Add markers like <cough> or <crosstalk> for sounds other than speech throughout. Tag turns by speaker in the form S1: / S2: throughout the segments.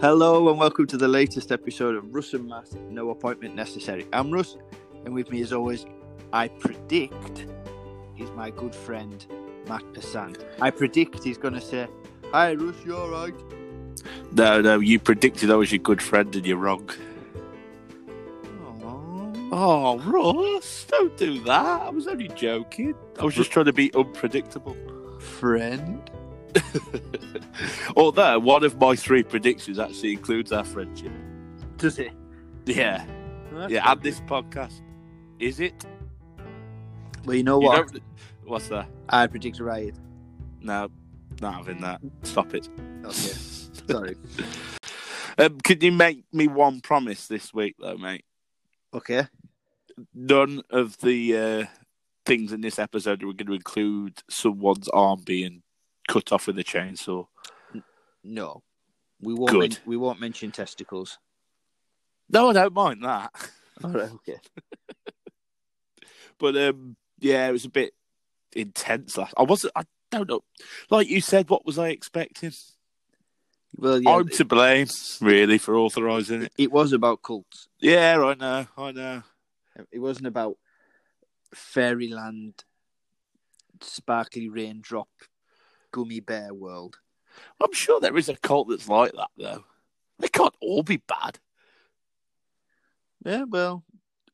S1: Hello and welcome to the latest episode of Russ and Matt, No Appointment Necessary. I'm Russ, and with me as always, I predict, is my good friend Matt Passant. I predict he's going to say, Hi Russ, you alright?
S2: No, no, you predicted I was your good friend and you're wrong. Oh, Ross, don't do that. I was only joking. I was just trying to be unpredictable.
S1: Friend?
S2: Although, one of my three predictions actually includes our friendship.
S1: Does it?
S2: Yeah, yeah, and this podcast. Is it?
S1: Well, you know
S2: You
S1: what?
S2: don't- What's that?
S1: I predict riot.
S2: No, not having that. Stop it.
S1: Okay,
S2: <laughs>
S1: sorry.
S2: Um, could you make me one promise this week, though, mate?
S1: Okay.
S2: none of the uh, things in this episode are going to include someone's arm being cut off with a chainsaw.
S1: No. We won't,
S2: Good.
S1: men- we won't mention testicles.
S2: No, I don't mind that.
S1: Alright, okay.
S2: <laughs> But um, yeah, it was a bit intense. Last, I wasn't. I don't know. Like you said, what was I expecting?
S1: Well, yeah,
S2: I'm to blame, really, for authorising
S1: it,
S2: it.
S1: it was about cults.
S2: Yeah, I know. I know.
S1: It wasn't about fairyland, sparkly raindrop, gummy bear world.
S2: I'm sure there is a cult that's like that, though. They can't all be bad.
S1: Yeah, well,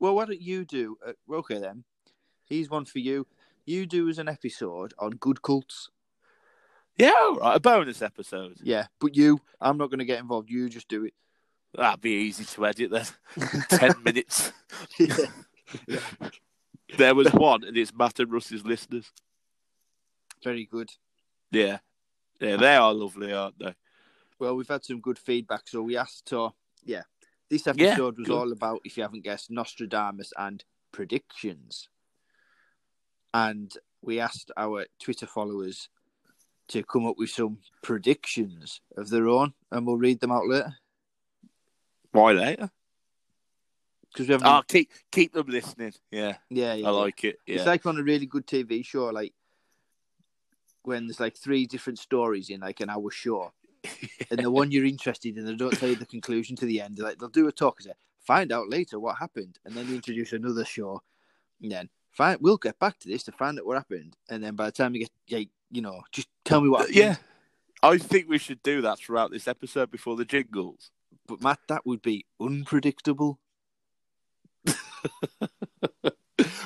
S1: well, why don't you do? Uh, well, okay, then. Here's one for you. You do as an episode on good cults.
S2: Yeah, all right. A bonus episode.
S1: Yeah, but you, I'm not going to get involved. You just do it.
S2: That'd be easy to edit then. <laughs>
S1: <laughs>
S2: Ten minutes. There was one, and it's Matt and Russ's listeners.
S1: Very good.
S2: Yeah. Yeah, they are lovely, aren't they?
S1: Well, we've had some good feedback, so we asked. So, yeah, this episode was
S2: good.
S1: all about, if you haven't guessed, Nostradamus and predictions. And we asked our Twitter followers to come up with some predictions of their own, and we'll read them out later
S2: Why later?
S1: because we haven't.
S2: Oh, keep keep them listening. Yeah,
S1: yeah, yeah,
S2: I like it.
S1: It's
S2: Yeah.
S1: like on a really good TV show, like when there's like three different stories in like an hour show, and the one you're interested in, they don't tell you the conclusion to the end. They're like they'll do a talk, and say, find out later what happened, and then they introduce another show, and then find we'll get back to this to find out what happened, and then by the time you get like you know, just tell me what
S2: <laughs>
S1: happened.
S2: yeah. I think we should do that throughout this episode before the jingles.
S1: but Matt, that would be
S2: <laughs>
S1: unpredictable.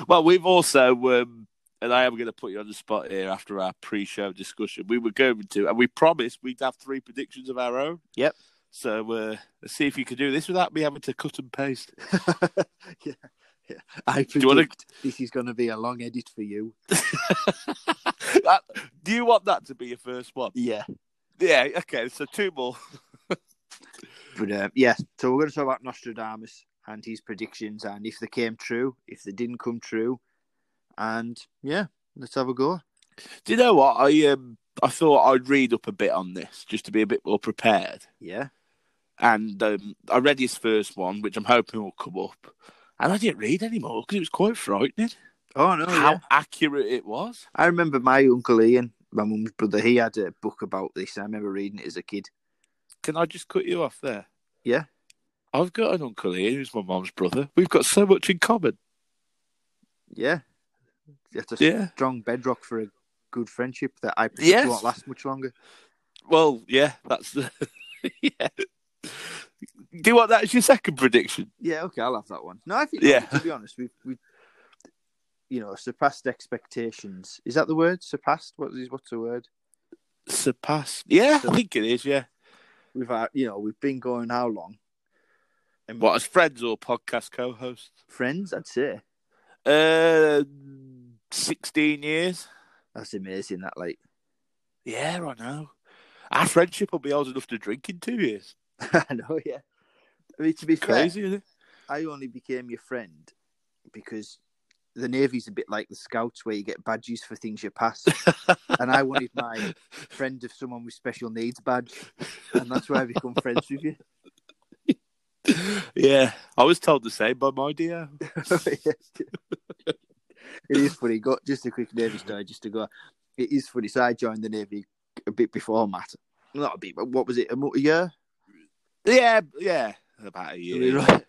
S2: Well, we've also, um, and I am going to put you on the spot here after our pre show discussion, we were going to, and we promised we'd have three predictions of our own.
S1: Yep.
S2: So uh, let's see if you can do this without me having to cut and paste. <laughs>
S1: yeah, yeah. I predict
S2: you wanna-
S1: this is going to be a long edit for you.
S2: that, Ah, do you want that to be your first one?
S1: Yeah.
S2: Yeah, okay, so two more.
S1: But um, yeah, so we're going to talk about Nostradamus and his predictions and if they came true, if they didn't come true, and yeah, let's have a go.
S2: Do you know what I? Um, I thought I'd read up a bit on this just to be a bit more prepared.
S1: Yeah,
S2: And um, I read his first one, which I'm hoping will come up. And I didn't read any more because it was quite frightening
S1: oh no,
S2: how
S1: yeah.
S2: accurate it was.
S1: I remember my uncle Ian, my mum's brother. He had a book about this. and I remember reading it as a kid.
S2: Can I just cut you off there?
S1: Yeah.
S2: I've got an uncle here who's my mum's brother. We've got so much in common.
S1: Yeah, that's a
S2: Yeah.
S1: strong bedrock for a good friendship that I predict
S2: Yes.
S1: won't last much longer.
S2: Well, yeah, that's the. <laughs> yeah. Do you want that as your second prediction?
S1: Yeah, okay, I'll have that one. No, I think
S2: Yeah.
S1: to be honest, we we you know surpassed expectations. Is that the word? Surpassed? What is what's the word?
S2: Surpass. Yeah, I think it is, yeah.
S1: we've had, you know we've been going how long? And
S2: What, as friends or podcast co hosts?
S1: friends? I'd say
S2: Uh, 16 years.
S1: that's amazing. That like <laughs>
S2: Yeah, I know. Our friendship will be old enough to drink in two years.
S1: I know, yeah. I mean, to be
S2: Crazy, isn't it?
S1: fair, I only became your friend because the navy's a bit like the scouts, where you get badges for things you pass, and I wanted my friend of someone with special needs badge, and that's why I become friends with you. <laughs>
S2: yeah, I was told the same by my dear.
S1: it is funny. Got just a quick navy story, just to go. It is funny. So I joined the navy a bit before Matt. Not a bit, but what was it? A mo- a year?
S2: Yeah, yeah, about a
S1: You'll be
S2: year.
S1: right.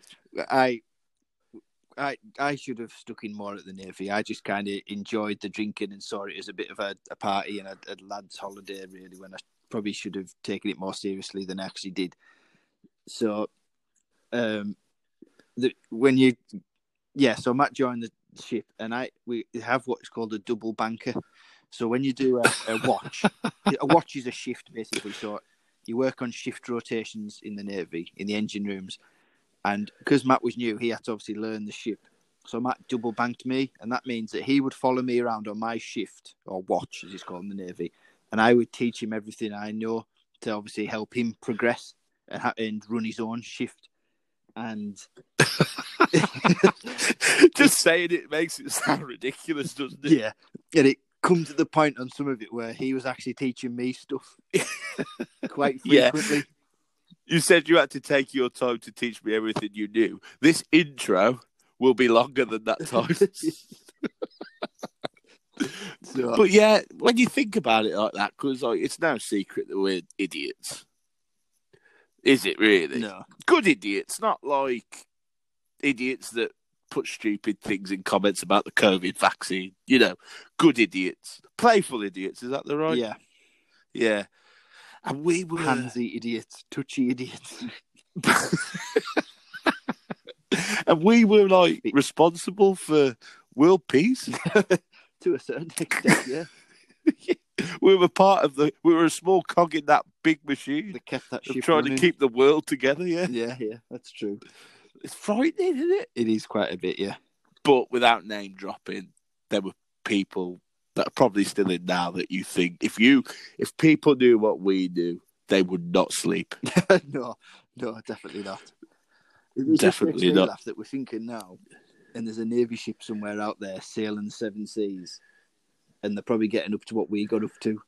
S1: I, I, I should have stuck in more at the navy. I just kind of enjoyed the drinking and saw it as a bit of a, a party and a, a lad's holiday, really. When I probably should have taken it more seriously than I actually did. So, um, the, when you, yeah, so Matt joined the ship, and I we have what's called a double banker. So when you do a, a watch, a watch is a shift basically. So you work on shift rotations in the navy in the engine rooms. And because Matt was new, he had to obviously learn the ship. So Matt double banked me, and that means that he would follow me around on my shift or watch, as it's called in the navy, and I would teach him everything I know to obviously help him progress and, ha- and run his own shift.
S2: <laughs>
S1: And
S2: <laughs> Just saying it makes it sound ridiculous, doesn't it?
S1: yeah, and it come to the point on some of it where he was actually teaching me stuff
S2: <laughs>
S1: quite
S2: Yeah.
S1: frequently.
S2: You said you had to take your time to teach me everything you knew. This intro will be longer than that time. <laughs>
S1: <laughs> So,
S2: but yeah, when you think about it like that, because like, it's no secret that we're idiots. Is it really?
S1: no,
S2: Good idiots, not like idiots that put stupid things in comments about the COVID vaccine. You know, good idiots. Playful idiots, is that the right?
S1: yeah,
S2: Yeah. And we were.
S1: handsy idiots, touchy idiots.
S2: and we were like
S1: It-
S2: responsible for world
S1: <laughs>
S2: peace.
S1: to a certain <laughs> extent, yeah.
S2: we were part of the. We were a small cog in that big machine
S1: They kept that
S2: of
S1: ship
S2: trying
S1: running. <laughs>
S2: to keep the world together. Yeah,
S1: Yeah, yeah, that's true.
S2: it's frightening, isn't it?
S1: It is quite a bit, yeah. <laughs>
S2: But without name dropping, there were people that are probably still in now that you think if you if people knew what we knew, they would not sleep.
S1: no, no, definitely not.
S2: Definitely
S1: Definitely
S2: not.
S1: not. That we're thinking now, and there's a navy ship somewhere out there sailing the seven seas, and they're probably getting up to what we got up to.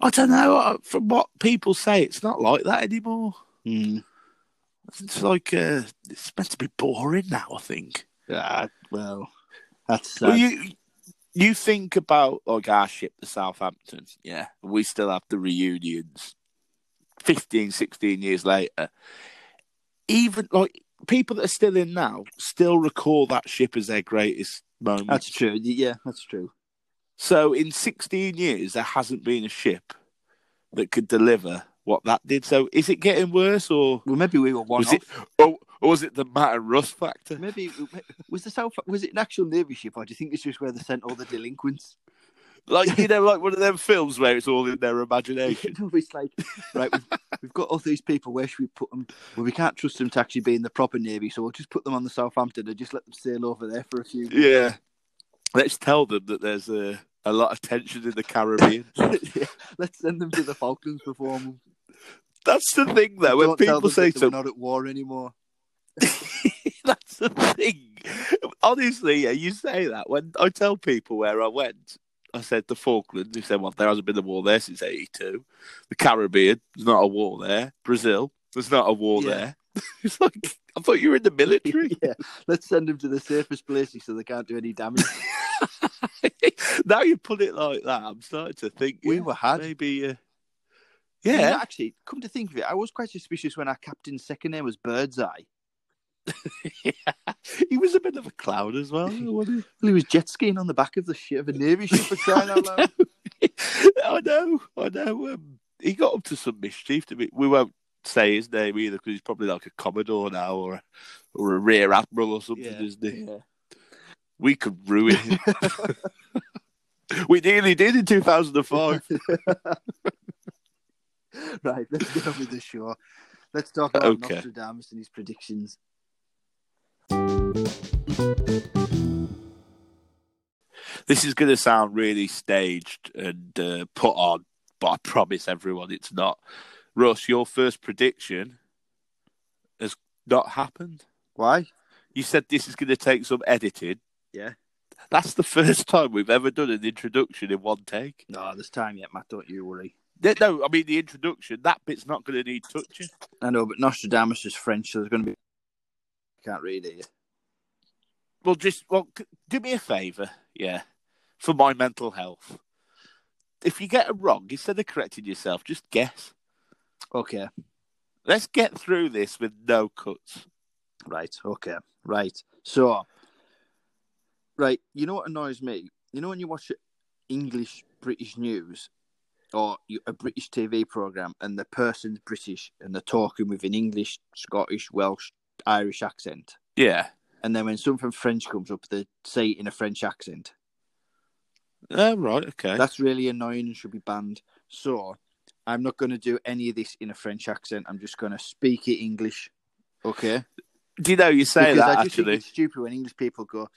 S2: I don't know. uh, From what people say, it's not like that anymore.
S1: Mm.
S2: It's like uh, it's meant to be boring now. I think.
S1: Ah, well, that's sad.
S2: Well, you you think about like our ship, the Southampton, yeah. We still have the reunions 15, 16 years later. Even like people that are still in now still recall that ship as their greatest moment.
S1: that's true. y- Yeah, that's true.
S2: so in 16 years, there hasn't been a ship that could deliver what that did. So is it getting worse or
S1: Well, maybe we were one.
S2: was it, or, or was it the Matt and Russ <laughs> factor?
S1: Maybe <laughs> was the South. Was it an actual navy ship, or do you think it's just where they sent all the delinquents?
S2: Like, you know, like one of them films where it's all in their imagination.
S1: No, <laughs> it's like, right, we've, we've got all these people. Where should we put them? Well, we can't trust them to actually be in the proper navy, so we'll just put them on the Southampton and just let them sail over there for a <laughs> few.
S2: Yeah. Let's tell them that there's a, a lot of tension in the Caribbean.
S1: <laughs> Yeah, Let's send them to the Falklands for <laughs> four months.
S2: <laughs> That's the thing, though. When
S1: Don't tell
S2: people
S1: them
S2: say
S1: that they're
S2: to
S1: not at war <laughs> anymore.
S2: <laughs> that's the thing. Honestly, yeah, you say that. When I tell people where I went, I said the Falklands. They said, well, there hasn't been a war there since 82. The Caribbean, there's not a war there. Brazil, there's not a war
S1: Yeah.
S2: there. <laughs> it's like, I thought you were in the <laughs> military.
S1: yeah, let's send them to the safest places so they can't do any damage.
S2: now you put it like that, I'm starting to think
S1: <laughs> We
S2: yeah,
S1: were had. <laughs>
S2: maybe. Uh,
S1: You
S2: yeah,
S1: know, actually, come to think of it, I was quite suspicious when our captain's second name was Birdseye.
S2: he was a bit of a clown as well. wasn't
S1: Well, he was jet skiing on the back of the ship of a navy ship for <laughs> crying out loud.
S2: he? <laughs> I know, I know. Um, he got up to some mischief. To me. We won't say his name either because he's probably like a commodore now or a, or a rear admiral or something,
S1: Yeah.
S2: isn't he?
S1: Yeah.
S2: We could ruin him. <laughs> we nearly did in 2005.
S1: <laughs> Right, let's get on with the show. Let's talk about
S2: Okay.
S1: Nostradamus and his predictions.
S2: this is going to sound really staged and uh, put on, but I promise everyone it's not. Russ, your first prediction has not happened.
S1: Why?
S2: You said this is going to take some editing.
S1: Yeah.
S2: That's the first time we've ever done an introduction in one take.
S1: No, there's time yet, Matt. Don't you worry.
S2: No, No, I mean, the introduction, that bit's not going to need touching.
S1: I know, but Nostradamus is French, so there's going to be. Can't read it. yet.
S2: Well, just, well, c- do me a favour, yeah, for my mental health. If you get it wrong, instead of correcting yourself, just guess.
S1: Okay.
S2: Let's get through this with no cuts.
S1: Right. Okay. Right. So, right. You know what annoys me? You know when you watch English British news or you, a British TV program and the person's British and they're talking with an English, Scottish, Welsh, Irish accent,
S2: Yeah.
S1: and then when something French comes up, they say it in a French accent.
S2: Oh, right. Okay.
S1: That's really annoying and should be banned. So, I'm not going to do any of this in a French accent. I'm just going to speak it English. Okay.
S2: Do you know you say
S1: because
S2: that
S1: I just think
S2: actually?
S1: it's stupid when English people go,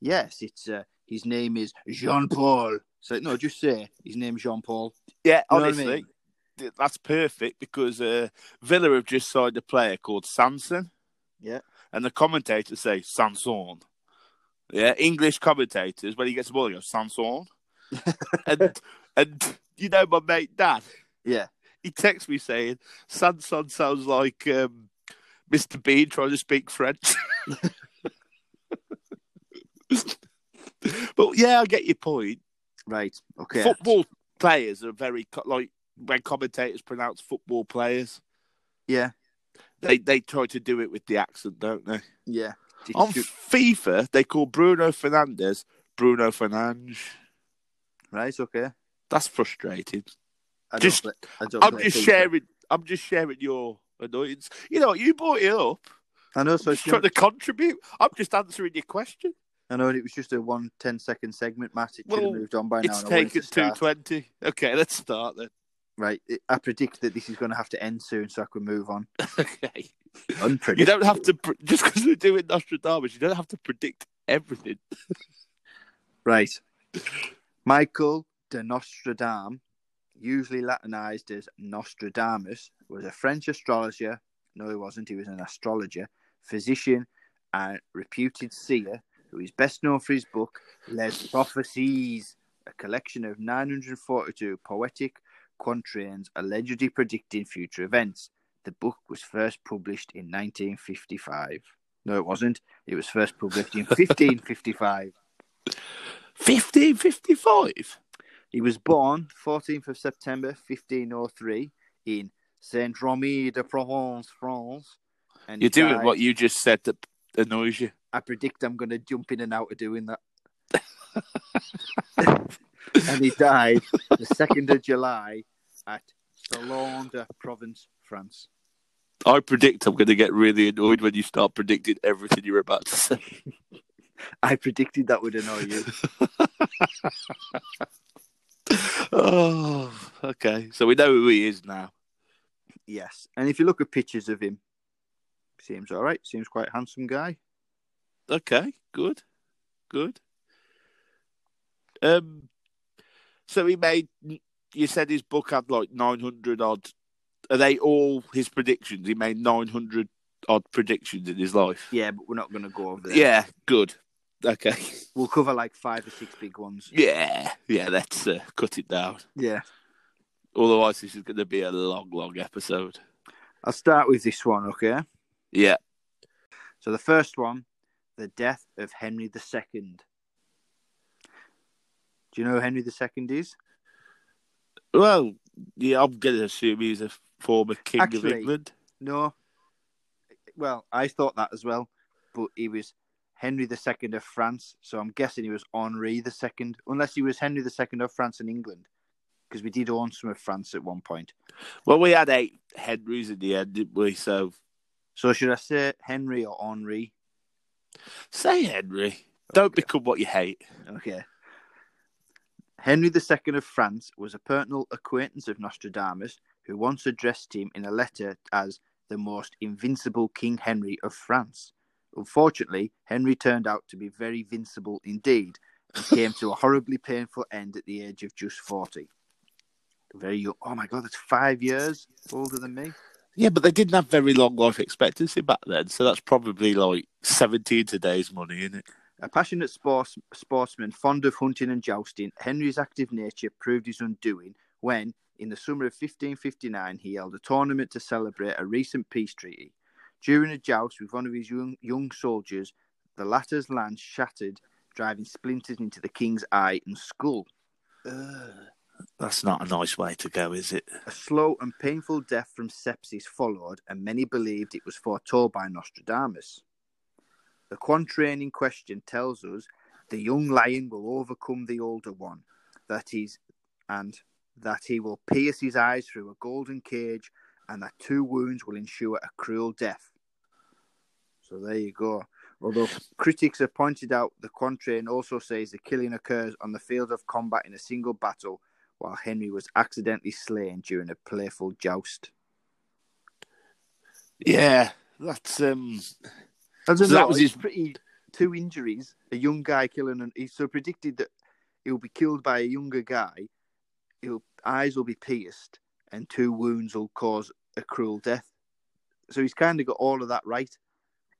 S1: "Yes, it's uh, his name is Jean Paul." So no, just say his name Jean Paul.
S2: Yeah,
S1: You know what I
S2: honestly,
S1: mean?
S2: th- that's perfect because uh, Villa have just signed a player called Samson.
S1: Yeah.
S2: And the commentators say Samson. Yeah, English commentators, when he gets the ball, he goes Samson. and, and you know, my mate Dan,
S1: Yeah.
S2: he texts me saying Samson sounds like um, Mr. Bean trying to speak French. <laughs> but yeah, I get your point.
S1: Right. Okay.
S2: Football players are very co- like when commentators pronounce football players,
S1: Yeah.
S2: they they try to do it with the accent, don't they?
S1: Yeah. It's
S2: On
S1: stu-
S2: FIFA, they call Bruno Fernandes Bruno Fernandes.
S1: right. Okay.
S2: That's frustrating.
S1: I don't
S2: Just-
S1: play- I don't
S2: I'm
S1: play
S2: just
S1: FIFA.
S2: sharing. I'm just sharing your annoyance. You know, you brought it up.
S1: I know. So
S2: I'm
S1: it's
S2: just trying to contribute. I'm just answering your question.
S1: I know it was just a one 10 second segment. Matt, it should
S2: Well,
S1: have moved on by now.
S2: it's
S1: and I wanted
S2: taken
S1: to
S2: two
S1: start.
S2: twenty. Okay, let's
S1: <laughs>
S2: start then.
S1: Right. It- I predict that this is going to have to end soon, so I can move on.
S2: Okay.
S1: Unpredictable.
S2: You don't have to pr- just because we're doing Nostradamus. You don't have to predict everything.
S1: Right. Michael de Nostradam, usually Latinized as Nostradamus, was a French astrologer. No, he wasn't. He was an astrologer, physician, and reputed seer who is best known for his book, Les Prophecies, a collection of 942 poetic quatrains allegedly predicting future events. The book was first published in 1955. No, it wasn't. It was first published in 1555.
S2: Fifteen fifty-five.
S1: He was born 14th of September 1503 in Saint Remy de Provence, France. And
S2: You're
S1: he
S2: doing
S1: died-
S2: what you just said that annoys you.
S1: I predict I'm going to jump in and out of doing
S2: <laughs>
S1: that. and he died the 2nd of July at Salon de Provence, France.
S2: I predict I'm going to get really annoyed when you start predicting everything you're about to say.
S1: I predicted that would annoy you.
S2: <laughs> oh, okay. So we know who he is now.
S1: yes. And if you look at pictures of him, seems all right. Seems quite a handsome guy.
S2: Okay, good, good. Um, so he made. You said his book had like nine hundred odd. Are they all his predictions? He made nine hundred odd predictions in his life.
S1: Yeah, but we're not going to go over there.
S2: Yeah, good. Okay.
S1: We'll cover like five or six big ones.
S2: Yeah, yeah. Let's uh, cut it down.
S1: Yeah.
S2: Otherwise, this is going to be a long, long episode.
S1: I'll start with this one, okay?
S2: Yeah.
S1: So the first one, the death of Henry II. Do you know who Henry II is?
S2: Well, yeah. I'm going to assume he's a former king
S1: Actually-
S2: of England.
S1: No. Well, I thought that as well, but he was Henry II of France, so I'm guessing he was Henri II, unless he was Henry II of France and England, because we did own some of France at one point.
S2: Well, we had eight Henrys in the end, didn't we? So
S1: So should I say Henry or Henri?
S2: Say Henry. Don't become what you hate.
S1: Okay. Henry II of France was a personal acquaintance of Nostradamus, who once addressed him in a letter as the most invincible King Henry of France. Unfortunately, Henry turned out to be very vincible indeed and came to a horribly painful end at the age of just 40. Very young. Oh my God, that's five years older than me.
S2: Yeah, but they didn't have very long life expectancy back then, so that's probably like seventeen today's money, isn't it?
S1: A passionate sports, sportsman fond of hunting and jousting, Henry's active nature proved his undoing when, in the summer of 1559, he held a tournament to celebrate a recent peace treaty. During a joust with one of his young, young soldiers, the latter's lance shattered, driving splinters into the king's eye and skull.
S2: That's not a nice way to go, is it?
S1: A slow and painful death from sepsis followed, and many believed it was foretold by Nostradamus. The quatrain in question tells us the young lion will overcome the older one, that he's, and that he will pierce his eyes through a golden cage, and that two wounds will ensure a cruel death. So there you go. Although critics have pointed out, the quatrain also says the killing occurs on the field of combat in a single battle, while Henry was accidentally slain during a playful joust.
S2: Yeah, that's um.
S1: I
S2: So
S1: don't
S2: that
S1: know,
S2: was
S1: it's
S2: his-
S1: pretty two injuries. A young guy killing, and he so predicted that he'll be killed by a younger guy. He'll eyes will be pierced, and two wounds will cause a cruel death. So he's kind of got all of that right.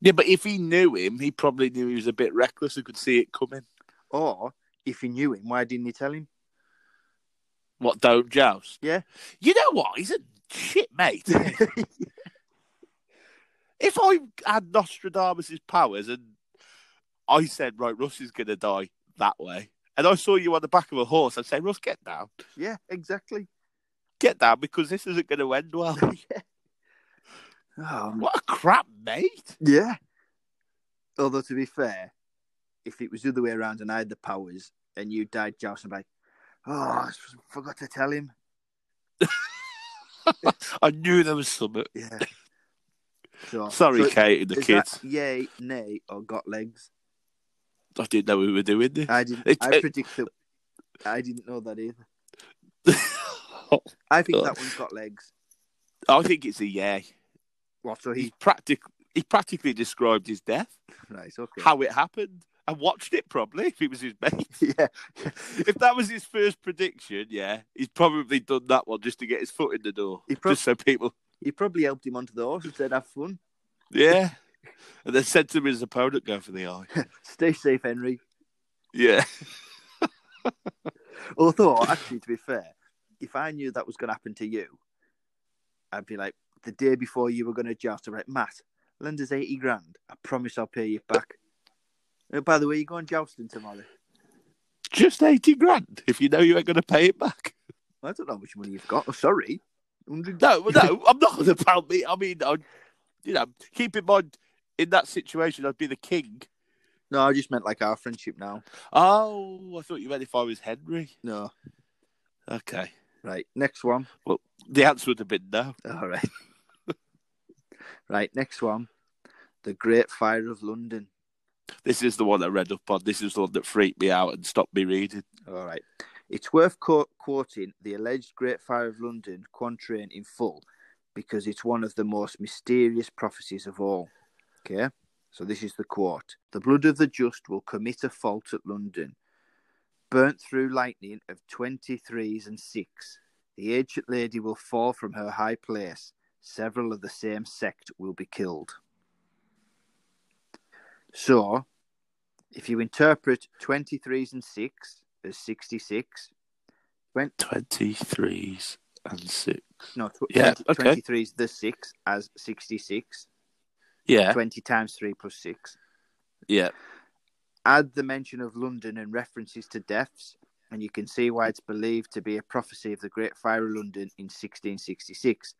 S2: Yeah, but if he knew him, he probably knew he was a bit reckless and could see it coming.
S1: Or if he knew him, why didn't he tell
S2: <laughs>
S1: him? <laughs>
S2: What don't joust?
S1: Yeah.
S2: You know what? He's a shit
S1: <laughs>
S2: mate. if I had Nostradamus's powers and I said, right, Russ is going to die that way, and I saw you on the back of a horse, I'd say, Russ, get down,
S1: yeah, exactly.
S2: get down, because this isn't going to
S1: <laughs>
S2: end well.
S1: Oh,
S2: what a crap mate!
S1: yeah. Although to be fair, if it was the other way around and I had the powers and you died, Joust, I'd be like, oh, I s- forgot to tell him.
S2: I knew there was something.
S1: Yeah. So,
S2: Sorry,
S1: so
S2: Kate and the
S1: Is that
S2: kids.
S1: yay, nay, or got legs?
S2: I didn't know we were doing this.
S1: I didn't.
S2: It-
S1: I
S2: it-
S1: predict that. I didn't know that either. Uh, I think that one's got legs.
S2: <laughs> I think it's a yay.
S1: What? So
S2: He
S1: he <laughs>
S2: practic he practically described his death,
S1: right? Okay.
S2: how it happened. I watched it probably if it was his mate.
S1: <laughs> yeah.
S2: <laughs> if that was his first prediction, yeah, he's probably done that one just to get his foot in the door.
S1: He prob-
S2: just so people
S1: He probably helped him onto the horse and said, "Have fun. <laughs>
S2: Yeah. and then said to his opponent go for the eye. <laughs>
S1: Stay safe, Henry."
S2: Yeah.
S1: Although, actually, to be fair, if I knew that was going to happen to you, I'd be like, the day before you were going to joust, I'm like, Matt, lend us eighty grand. I promise I'll pay you back. Oh, by the way, you going jousting tomorrow?
S2: Just eighty grand if you know you ain't gonna pay it back.
S1: I don't know how much money you've got. Oh, sorry, hundred
S2: No, well,
S1: <laughs>
S2: no, I'm not going to pound me. I mean, I, you know, keep in mind, in that situation, I'd be the king.
S1: No, I just meant like our friendship now.
S2: Oh, I thought you meant if I was Henry.
S1: No.
S2: Okay.
S1: Right. Next one.
S2: The answer would have been no.
S1: All right. <laughs> right. Next one. The Great Fire of London.
S2: This is the one I read up on. This is the one that freaked me out and stopped me reading.
S1: All right. It's worth co- quoting the alleged Great Fire of London quatrain in full because it's one of the most mysterious prophecies of all. Okay. So this is the quote The blood of the just will commit a fault at London, burnt through lightning of 23s and 6. The ancient lady will fall from her high place. Several of the same sect will be killed. So, if you interpret 23s and 6 as 66,
S2: 23s and six.
S1: no, tw-
S2: Yeah,
S1: 20,
S2: okay.
S1: 23s the 6 as 66,
S2: Yeah.
S1: 20 times 3 plus 6.
S2: Yeah.
S1: Add the mention of London and references to deaths, and you can see why it's believed to be a prophecy of the Great Fire of London in 1666,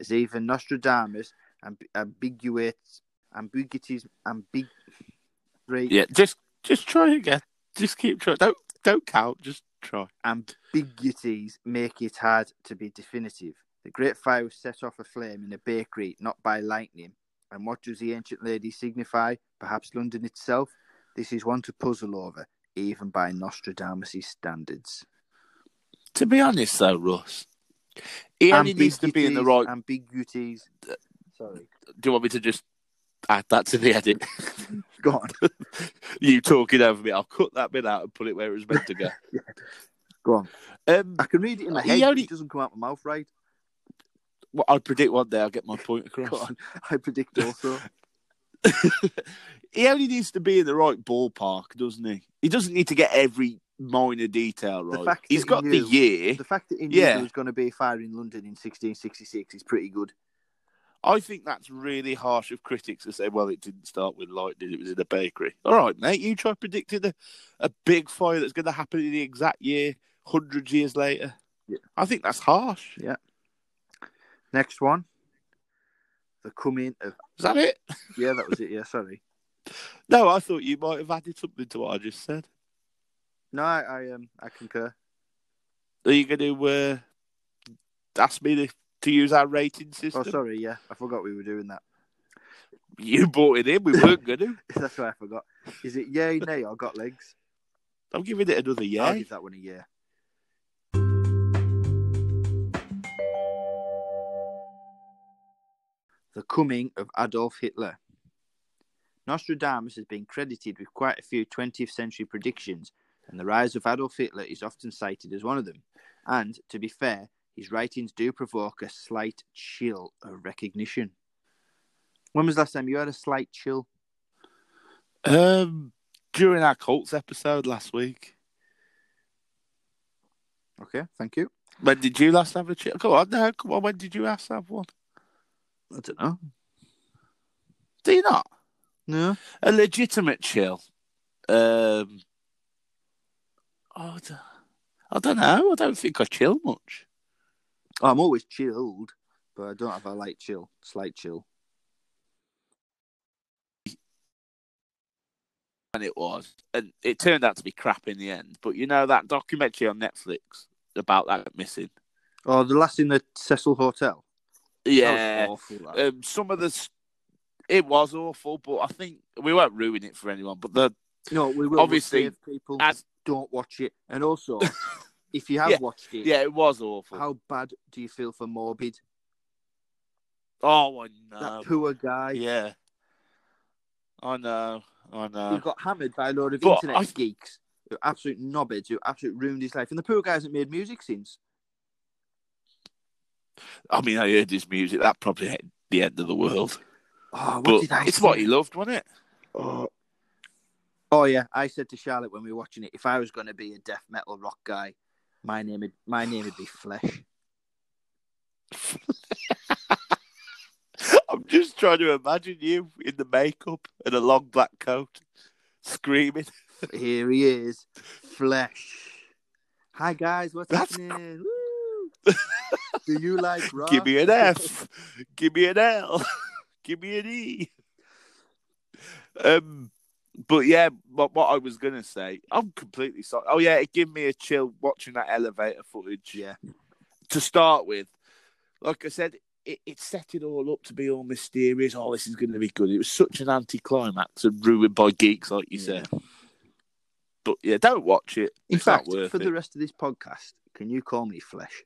S1: as even Nostradamus amb- ambiguates ambiguities ambig.
S2: Yeah. Just just try again. Just keep trying. Don't don't count. Just try.
S1: ambiguities make it hard to be definitive. The great fire was set off aflame in a bakery, not by lightning. And what does the ancient lady signify? Perhaps London itself? This is one to puzzle over, even by Nostradamus' standards.
S2: To be honest, though, Russ, he only needs to be in the
S1: Ambiguities,
S2: right.
S1: Ambiguities. Sorry.
S2: Do you want me to just add that to the edit? <laughs>
S1: Go on.
S2: you talking over me. I'll cut that bit out and put it where it was meant to go.
S1: Go on.
S2: <laughs> Um,
S1: I can read it in my
S2: He
S1: head.
S2: only-
S1: It doesn't come out my mouth right.
S2: well, I predict one day I'll get my point
S1: Go
S2: across.
S1: on. I predict
S2: <laughs>
S1: also.
S2: he only needs to be in the right ballpark, doesn't he? He doesn't need to get every minor detail right.
S1: fact
S2: He's
S1: that
S2: got
S1: he
S2: the
S1: knew-
S2: year.
S1: the fact that he knew
S2: Yeah.
S1: there was going to be a fire in London in 1666 is pretty good.
S2: I think that's really harsh of critics to say, well, it didn't start with lightning, it was in a bakery. All right, mate, you try predicting a, a big fire that's going to happen in the exact year, hundreds years later.
S1: Yeah.
S2: I think that's harsh.
S1: Next one. The coming of
S2: Is that it?
S1: yeah, that was it. Yeah, sorry.
S2: No, I thought you might have added something to what I just said.
S1: No, I, I um I concur.
S2: Are you going to uh, ask me to, to use our rating
S1: Oh,
S2: system?
S1: sorry. Yeah, I forgot we were doing that. <laughs>
S2: You brought it in. We weren't going to.
S1: That's why I forgot. Is it yay, nay, or got legs?
S2: I'm giving it another year.
S1: I'll give that one a yeah. The coming of Adolf Hitler. Nostradamus has been credited with quite a few 20th century predictions, and the rise of Adolf Hitler is often cited as one of them. And, to be fair, his writings do provoke a slight chill of recognition. When was the last time you had a slight chill?
S2: Um, during our Colts episode last week,
S1: Okay, thank you.
S2: when did you last have a chill? Come on, no, come on. When did you last have one?
S1: I don't know.
S2: Do you not?
S1: No.
S2: A legitimate chill. Um, I don't, I don't know. I don't think I chill much.
S1: Oh, I'm always chilled, but I don't have a light chill, slight chill.
S2: And it was, and it turned out to be crap in the end. But you know that documentary on Netflix about that missing.
S1: Oh, the last in the Cecil Hotel.
S2: Yeah,
S1: That was awful. that.
S2: um, some of the s- it was awful, but I think we won't ruin it for anyone. But the
S1: no, we will
S2: obviously,
S1: save people
S2: as
S1: don't watch it. And
S2: <laughs>
S1: also, if you have
S2: Yeah,
S1: watched it,
S2: yeah, it was awful.
S1: how bad do you feel for Morbid?
S2: oh, I know.
S1: that poor guy
S2: yeah, I know, I
S1: who
S2: know.
S1: got hammered by a load of
S2: But
S1: internet
S2: I-
S1: geeks, who are absolute knobheads, who absolutely ruined his life. And the poor guy hasn't made music since.
S2: I mean, I heard his music. That probably hit the end of the world.
S1: Oh, what
S2: But
S1: did I
S2: it's
S1: say?
S2: what he loved, wasn't it? <laughs>
S1: Oh. Oh, yeah, I said to Charlotte when we were watching it, if I was going to be a death metal rock guy, my name would my name would be Flesh.
S2: I'm just trying to imagine you in the makeup and a long black coat, screaming.
S1: Here he is, Flesh. Hi guys, what's
S2: That's-
S1: happening? Woo!
S2: <laughs>
S1: Do you like rock?
S2: Give me an F. Give me an L. <laughs> Give me an E. Um, but yeah, what, what I was gonna say, I'm completely sorry. Oh yeah, it gave me a chill watching that elevator footage.
S1: Yeah,
S2: To start with, like I said, it, it set it all up to be all mysterious. Oh, this is gonna be good. It was such an anticlimax and ruined by geeks, like you said. But yeah, don't watch it.
S1: In
S2: It's not
S1: fact,
S2: worth
S1: for
S2: it.
S1: the rest of this podcast, can you call me Flesh?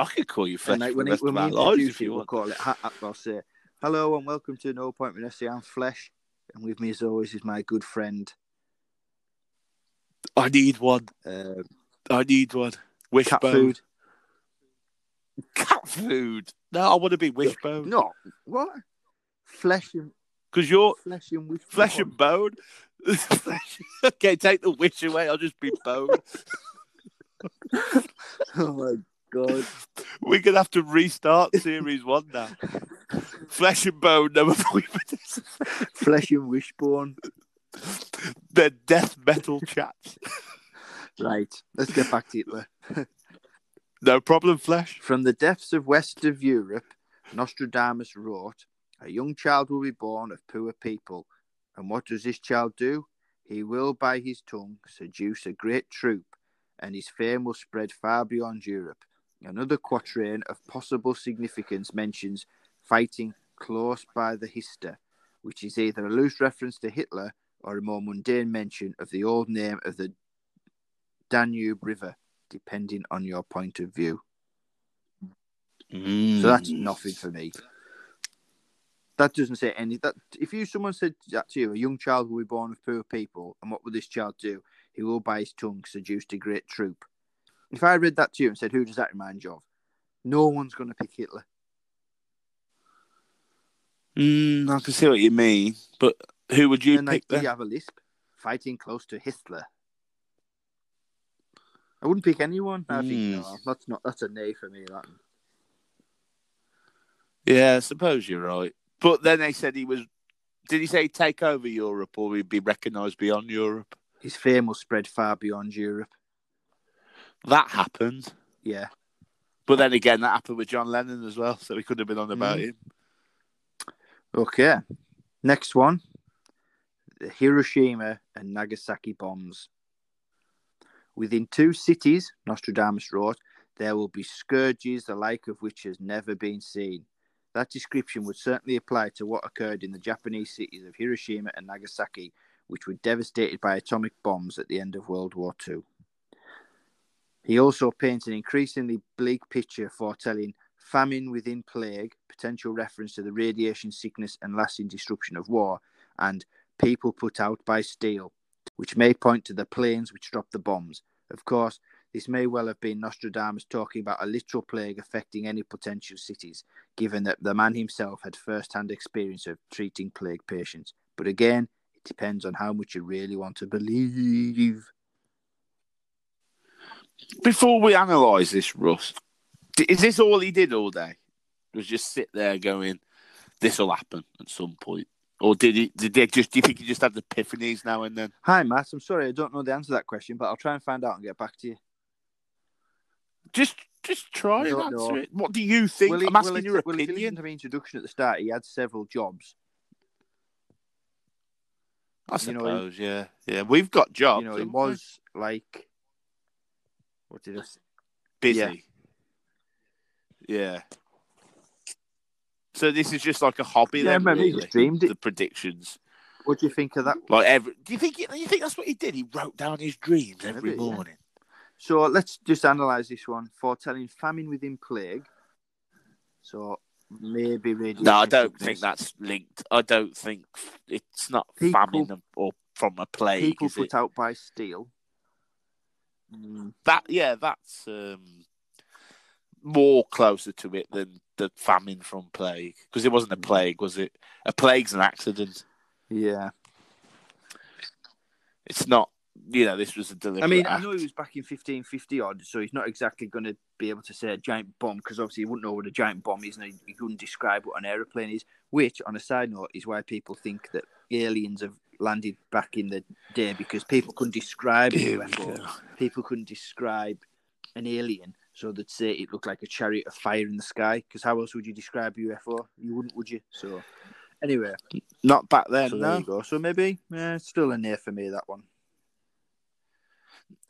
S2: I could call you
S1: And
S2: Fletch
S1: like
S2: for
S1: when,
S2: the
S1: it,
S2: rest
S1: when
S2: of
S1: we
S2: our lives if
S1: introduce
S2: you
S1: you, we'll
S2: want.
S1: call it. ha- ha- I'll say, "Hello and welcome to No Appointment SC. I'm Flesh, and with me as always is my good friend,
S2: I need one.
S1: uh,
S2: I need one. Wishbone.
S1: Cat Food."
S2: cat food. No, I want to be wishbone
S1: No, what? Flesh and
S2: because you're
S1: flesh and with
S2: flesh and bone. <laughs> Flesh- okay, take the wish away. I'll just be bone.
S1: <laughs> Oh my god!
S2: We're gonna have to restart series one now. Flesh and bone. No appointments.
S1: flesh and wishbone.
S2: <laughs> the death metal chats.
S1: Right, let's get back to Hitler.
S2: No problem, flesh.
S1: From the depths of west of Europe, Nostradamus wrote, A young child will be born of poor people. And what does this child do? He will, by his tongue, seduce a great troop, and his fame will spread far beyond Europe. Another quatrain of possible significance mentions fighting close by the Hister, which is either a loose reference to Hitler or a more mundane mention of the old name of the Danube River, depending on your point of view.
S2: Mm.
S1: So that's nothing for me. That doesn't say any. That if you someone said that to you, a young child will be born of poor people, and what will this child do? He will by his tongue seduce a great troop. If I read that to you and said, "Who does that remind you of?" No one's going to pick Hitler.
S2: Mm, I can see what you mean, but who would you
S1: and like,
S2: pick
S1: do
S2: then?
S1: you have a lisp? Fighting close to Hitler. I wouldn't pick anyone. I
S2: Hmm.
S1: think no, that's not that's a nay for me. That one.
S2: Yeah, I suppose you're right. But then they said he was. Did he say he'd take over Europe or he'd be recognised beyond Europe?
S1: his fame will spread far beyond Europe.
S2: That happened.
S1: Yeah.
S2: But then again, that happened with John Lennon as well, so we could have been on
S1: Mm.
S2: about him.
S1: Okay. Next one. The Hiroshima and Nagasaki bombs. Within two cities, Nostradamus wrote, there will be scourges the like of which has never been seen. That description would certainly apply to what occurred in the Japanese cities of Hiroshima and Nagasaki, which were devastated by atomic bombs at the end of World War II. He also paints an increasingly bleak picture foretelling famine within plague, potential reference to the radiation sickness and lasting disruption of war, and people put out by steel, which may point to the planes which dropped the bombs. Of course, this may well have been Nostradamus talking about a literal plague affecting any potential cities, given that the man himself had first hand experience of treating plague patients. But again, it depends on how much you really want to believe.
S2: Before we analyse this, Russ, d- is this all he did all day? Was just sit there going, "This will happen at some point," or did he? Did they just? Do you think he just had epiphanies now and then?
S1: Hi, Matt. I'm sorry I don't know the answer to that question, but I'll try and find out and get back to you.
S2: Just, just try
S1: No,
S2: and answer
S1: no.
S2: it. What do you think?
S1: Will he-
S2: I'm asking
S1: will he-
S2: your
S1: will he- if you listen
S2: opinion.
S1: to my introduction at the start, he had several jobs.
S2: I
S1: you know, he-
S2: suppose, yeah, yeah. We've got jobs.
S1: you know, he
S2: haven't
S1: was like, what did I say?
S2: we?
S1: yeah.
S2: busy. yeah. So this is just like a hobby.
S1: Yeah,
S2: then,
S1: man, he
S2: really,
S1: just dreamed it.
S2: The predictions.
S1: What do you think of that?
S2: Like every, do you think you think that's what he did? He wrote down his dreams every
S1: Maybe, yeah.
S2: morning.
S1: So let's just analyze this one. Foretelling famine within plague. So maybe radiation.
S2: No, I don't
S1: sickness.
S2: think that's linked. I don't think it's not
S1: People-
S2: famine of- or from a plague.
S1: People
S2: is it?
S1: put out by steel. Mm,
S2: That yeah, that's um, more closer to it than the famine from plague because it
S1: Mm.
S2: wasn't a plague, was it? A plague's an accident.
S1: yeah.
S2: It's not. You know, this was a deliberate.
S1: I mean, I
S2: act.
S1: know he was back in 1550 odd, so he's not exactly going to be able to say a giant bomb because obviously he wouldn't know what a giant bomb is and he, he couldn't describe what an aeroplane is, which, on a side note, is why people think that aliens have landed back in the day because people couldn't describe a
S2: Here we
S1: UFO.
S2: go.
S1: people couldn't describe an alien, so they'd say it looked like a chariot of fire in the sky. Because how else would you describe a UFO? You wouldn't, would you? So, anyway,
S2: Not back then.
S1: so
S2: no.
S1: there you go. So maybe eh, it's still a near for me that one.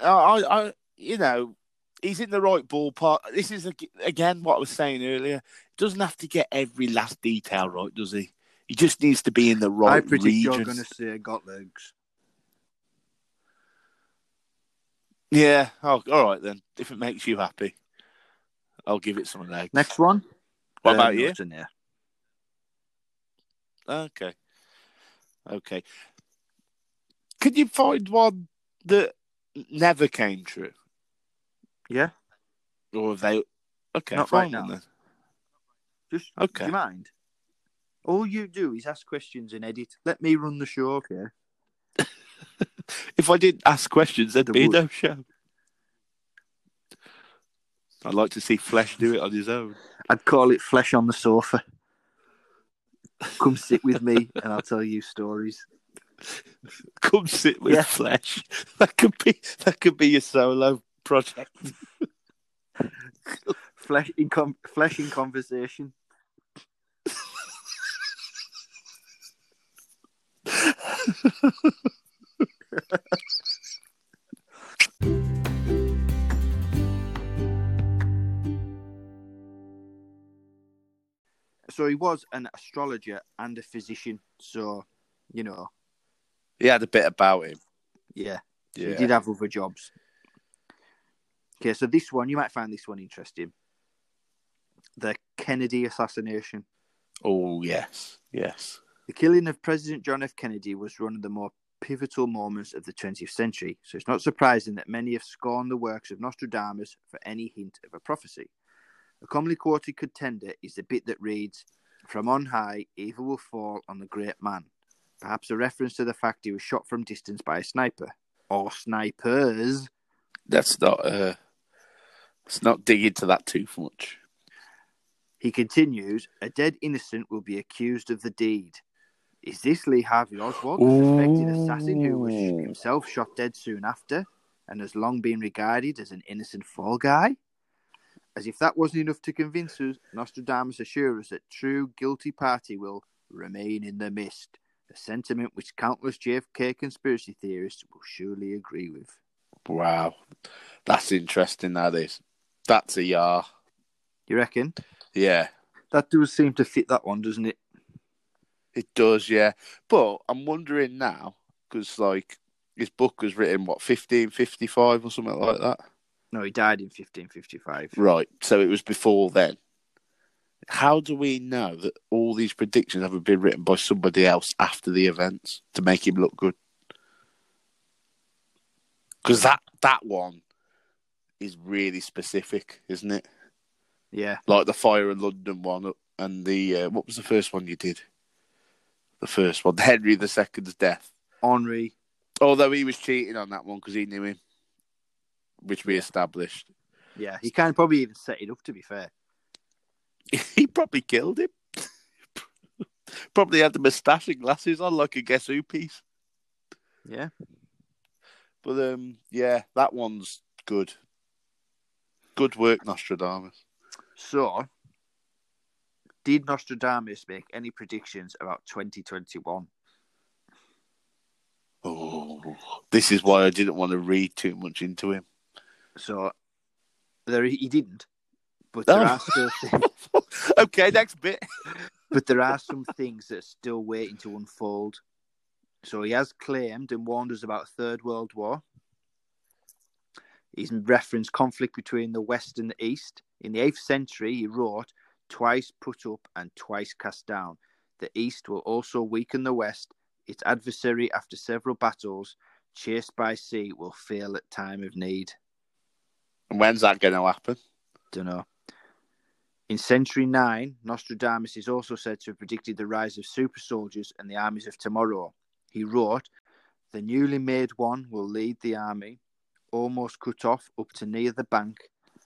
S2: I, I, I- you know, he's in the right ballpark. This is ag- again what I was saying earlier. Doesn't have to get every last detail right, does he? He just needs to be in the right
S1: I predict you're
S2: regions.
S1: going to say got legs.
S2: Yeah. Oh, all right then. If it makes you happy, I'll give it some legs.
S1: Next one.
S2: What
S1: Uh,
S2: about
S1: no,
S2: you?
S1: it's in there.
S2: Okay. Okay. Could you find one that never came true?
S1: Yeah.
S2: Or have they? Okay.
S1: Not right
S2: fine
S1: now.
S2: then.
S1: Just
S2: Okay.
S1: do you mind? All you do is ask questions and edit. Let me run the show, okay?
S2: If I didn't ask questions, there'd
S1: There
S2: be
S1: would.
S2: no show. I'd like to see Flesh do it on his own. <laughs>
S1: I'd call it flesh on the sofa. Come sit with me, and I'll tell you stories.
S2: Come sit with
S1: Yeah.
S2: Flesh. <laughs> That could be that could be your solo project.
S1: Flesh in com- flesh in conversation. So he was an astrologer and a physician. So, you know,
S2: He had a bit about him.
S1: yeah, so he
S2: Yeah.
S1: did have other jobs. Okay, so this one you might find this one interesting. The Kennedy assassination.
S2: Oh yes, yes.
S1: The killing of President John F. Kennedy was one of the more pivotal moments of the 20th century, so it's not surprising that many have scorned the works of Nostradamus for any hint of a prophecy. A commonly quoted contender is the bit that reads, From on high, evil will fall on the great man. Perhaps a reference to the fact he was shot from distance by a sniper. Or snipers.
S2: That's not. Uh, let's not dig into that too much.
S1: He continues, A dead innocent will be accused of the deed. Is this Lee Harvey Oswald, the suspected assassin who was
S2: Ooh.
S1: himself shot dead soon after? and has long been regarded as an innocent fall guy. As if that wasn't enough to convince us, Nostradamus assures us that true guilty party will remain in the mist, a sentiment which countless JFK conspiracy theorists will surely agree with.
S2: Wow. That's interesting, that is. That's a yar.
S1: You reckon?
S2: Yeah,
S1: That does seem to fit that one, doesn't it?
S2: it does, yeah. But I'm wondering now, because, like, his book was written, what, 1555 or something like that?
S1: No, he died in 1555.
S2: Right, so it was before then. How do we know that all these predictions haven't been written by somebody else after the events to make him look good? Because that, that one is really specific, isn't it?
S1: Yeah.
S2: like the Fire in London one and the uh, what was the first one you did? The first one, <laughs> Henry II's death.
S1: Henri.
S2: Although he was cheating on that one because he knew him, which we established.
S1: Yeah. He kind of probably even set it up, to be fair.
S2: <laughs> he probably killed him. <laughs> probably had the moustache and glasses on, like a Guess Who piece.
S1: Yeah.
S2: But um, yeah, that one's good. Good work, Nostradamus.
S1: So, did Nostradamus make any predictions about 2021?
S2: Oh, this is why I didn't want to read too much into him.
S1: So, there he didn't, but
S2: No.
S1: there are still thi-
S2: <laughs> okay, next bit.
S1: but there are some things that are still waiting to unfold. So he has claimed and warned us about Third World War. He's referenced conflict between the West and the East. In the 8th century, he wrote, twice put up and twice cast down. The East will also weaken the West. Its adversary, after several battles, chased by sea, will fail at time of need.
S2: And when's that going to happen?
S1: Don't know. In Century 9, Nostradamus is also said to have predicted the rise of super soldiers and the armies of tomorrow. He wrote, The newly made one will lead the army, almost cut off up to near the bank,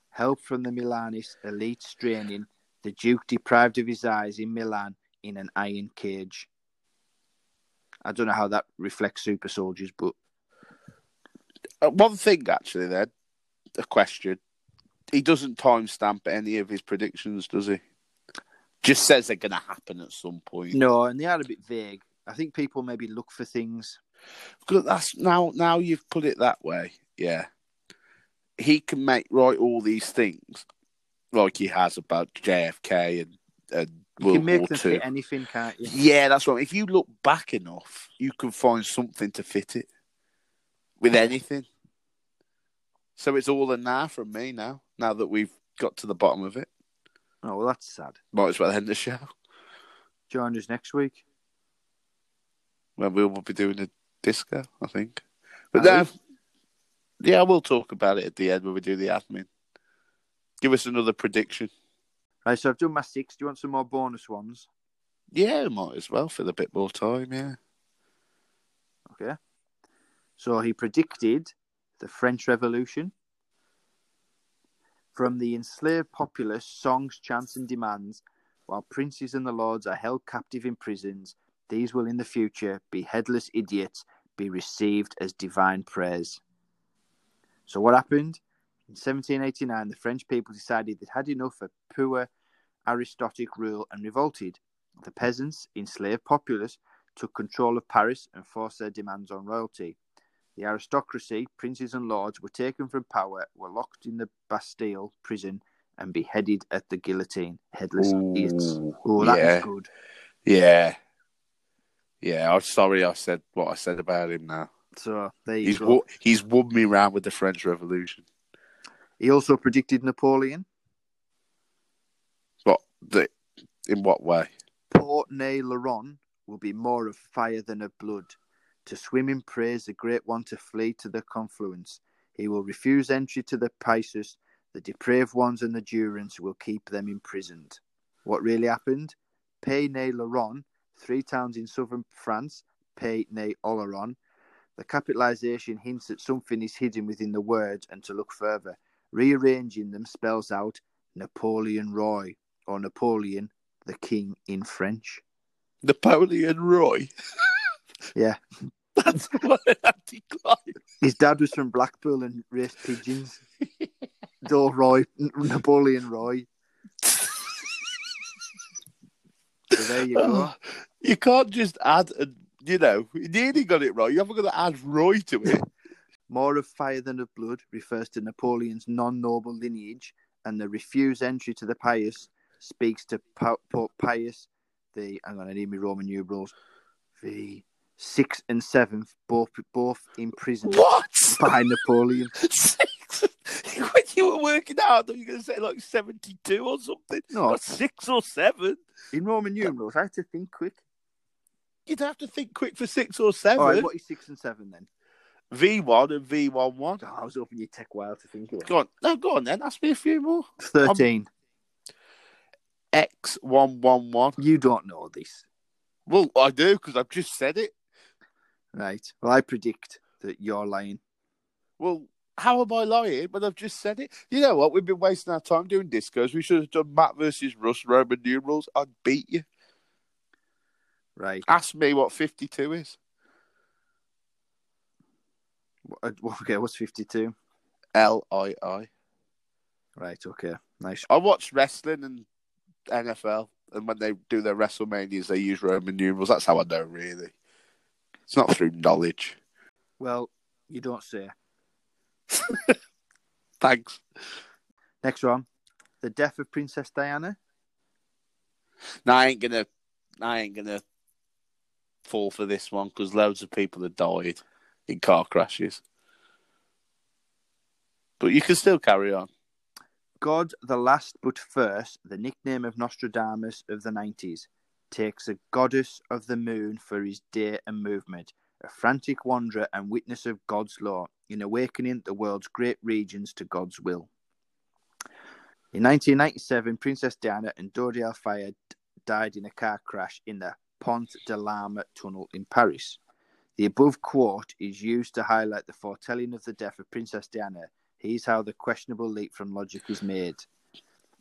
S1: help from the Milanese elite straining, the Duke deprived of his eyes in Milan in an iron cage. I don't know how that reflects super soldiers, but
S2: Uh, one thing, actually, then, a question. He doesn't timestamp any of his predictions, does he? Just says they're going to happen at some point.
S1: no, and they are a bit vague. I think people maybe look for things.
S2: Good, That's now. Now you've put it that way. Yeah, he can make right all these things, like he has about JFK and and
S1: You
S2: World
S1: can make
S2: War
S1: them
S2: Two.
S1: fit anything, can't you?
S2: Yeah, that's right. If you look back enough, you can find something to fit it with anything. So it's all a nah from me now. Now that we've got to the bottom of it,
S1: Oh, well, that's sad.
S2: might as well end the show.
S1: Join us next week.
S2: Well, we will be doing a disco, I think. But
S1: Aye.
S2: no, yeah, we'll talk about it at the end when we do the admin. Give us another prediction.
S1: Right, so I've done my six. Do you want some more bonus ones?
S2: Yeah, might as well for a bit more time. Yeah.
S1: Okay. So he predicted the French Revolution. From the enslaved populace, songs, chants, and demands, while princes and the lords are held captive in prisons, these will in the future be headless idiots, be received as divine prayers. So, what happened? In 1789, the French people decided they'd had enough of poor aristocratic rule and revolted. The peasants, enslaved populace, took control of Paris and forced their demands on royalty. The aristocracy, princes, and lords were taken from power, were locked in the Bastille prison, and beheaded at the guillotine. Headless idiots.
S2: Ooh,
S1: Oh, that
S2: yeah.
S1: was good.
S2: Yeah. Yeah, I'm sorry I said what I said about him now.
S1: So there you
S2: He's
S1: go.
S2: wo- he's won me round with the French Revolution.
S1: he also predicted Napoleon.
S2: What the, in what way?
S1: Port-Ney-Laron will be more of fire than of blood. To swim in praise, the great one to flee to the confluence. He will refuse entry to the Pisces. The depraved ones and the Durance will keep them imprisoned. What really happened? Pay-Ney-Laron, three towns in southern France, Pay-Ney-Oleron. The capitalization hints that something is hidden within the words and to look further. Rearranging them spells out Napoleon Roy or Napoleon the king in French.
S2: <laughs> Napoleon Roy.
S1: Yeah.
S2: That's what <laughs> an anti-climb.
S1: His dad was from Blackpool and raced pigeons. Though Roy, Napoleon Roy. So there you go.
S2: <laughs> Oh, you can't just add, a, you know, you nearly got it right. You haven't got to add Roy to
S1: <laughs>
S2: it.
S1: More of fire than of blood refers to Napoleon's non-noble lineage, and the refuse entry to the pious speaks to Pa- Pope Pius. The hang on, I need my Roman numerals. The sixth and seventh, both both imprisoned
S2: what?
S1: by Napoleon.
S2: Six? When <laughs> you were working out, I thought you were going to say like 72 or something.
S1: No.
S2: Not six or seven.
S1: In Roman numerals, I had to think quick.
S2: You'd have to think quick for six or seven.
S1: All right, what is six and seven then?
S2: V1 and V11.
S1: Oh, I was hoping you'd take a while to think of it.
S2: Go on. No, go on then. Ask me a few more.
S1: 13
S2: X111.
S1: you don't know this,
S2: Well, I do because I've just said it.
S1: right? Well, I predict that you're lying.
S2: Well, how am I lying? But I've just said it. You know what? We've been wasting our time doing discos. We should have done Matt versus Russ Roman numerals. I'd beat you.
S1: Right.
S2: Ask me what 52 is.
S1: Uh, Okay, what's 52?
S2: L I I.
S1: Right, okay. Nice.
S2: I watch wrestling and NFL, and when they do their WrestleManias, they use Roman numerals. That's how I know, really. It's not through knowledge.
S1: Well, you don't say.
S2: Thanks.
S1: Next one. The death of Princess Diana.
S2: No, I ain't gonna. I ain't gonna fall for this one because loads of people have died in car crashes. But you can still carry on.
S1: God, the last but first, the nickname of Nostradamus of the 90s, takes a goddess of the moon for his day and movement, a frantic wanderer and witness of God's law, in awakening the world's great regions to God's will. In 1997, Princess Diana and Dodi Alfaya d- died in a car crash in the Pont de l'Arme tunnel in Paris. The above quote is used to highlight the foretelling of the death of Princess Diana Here's how the questionable leap from logic is made.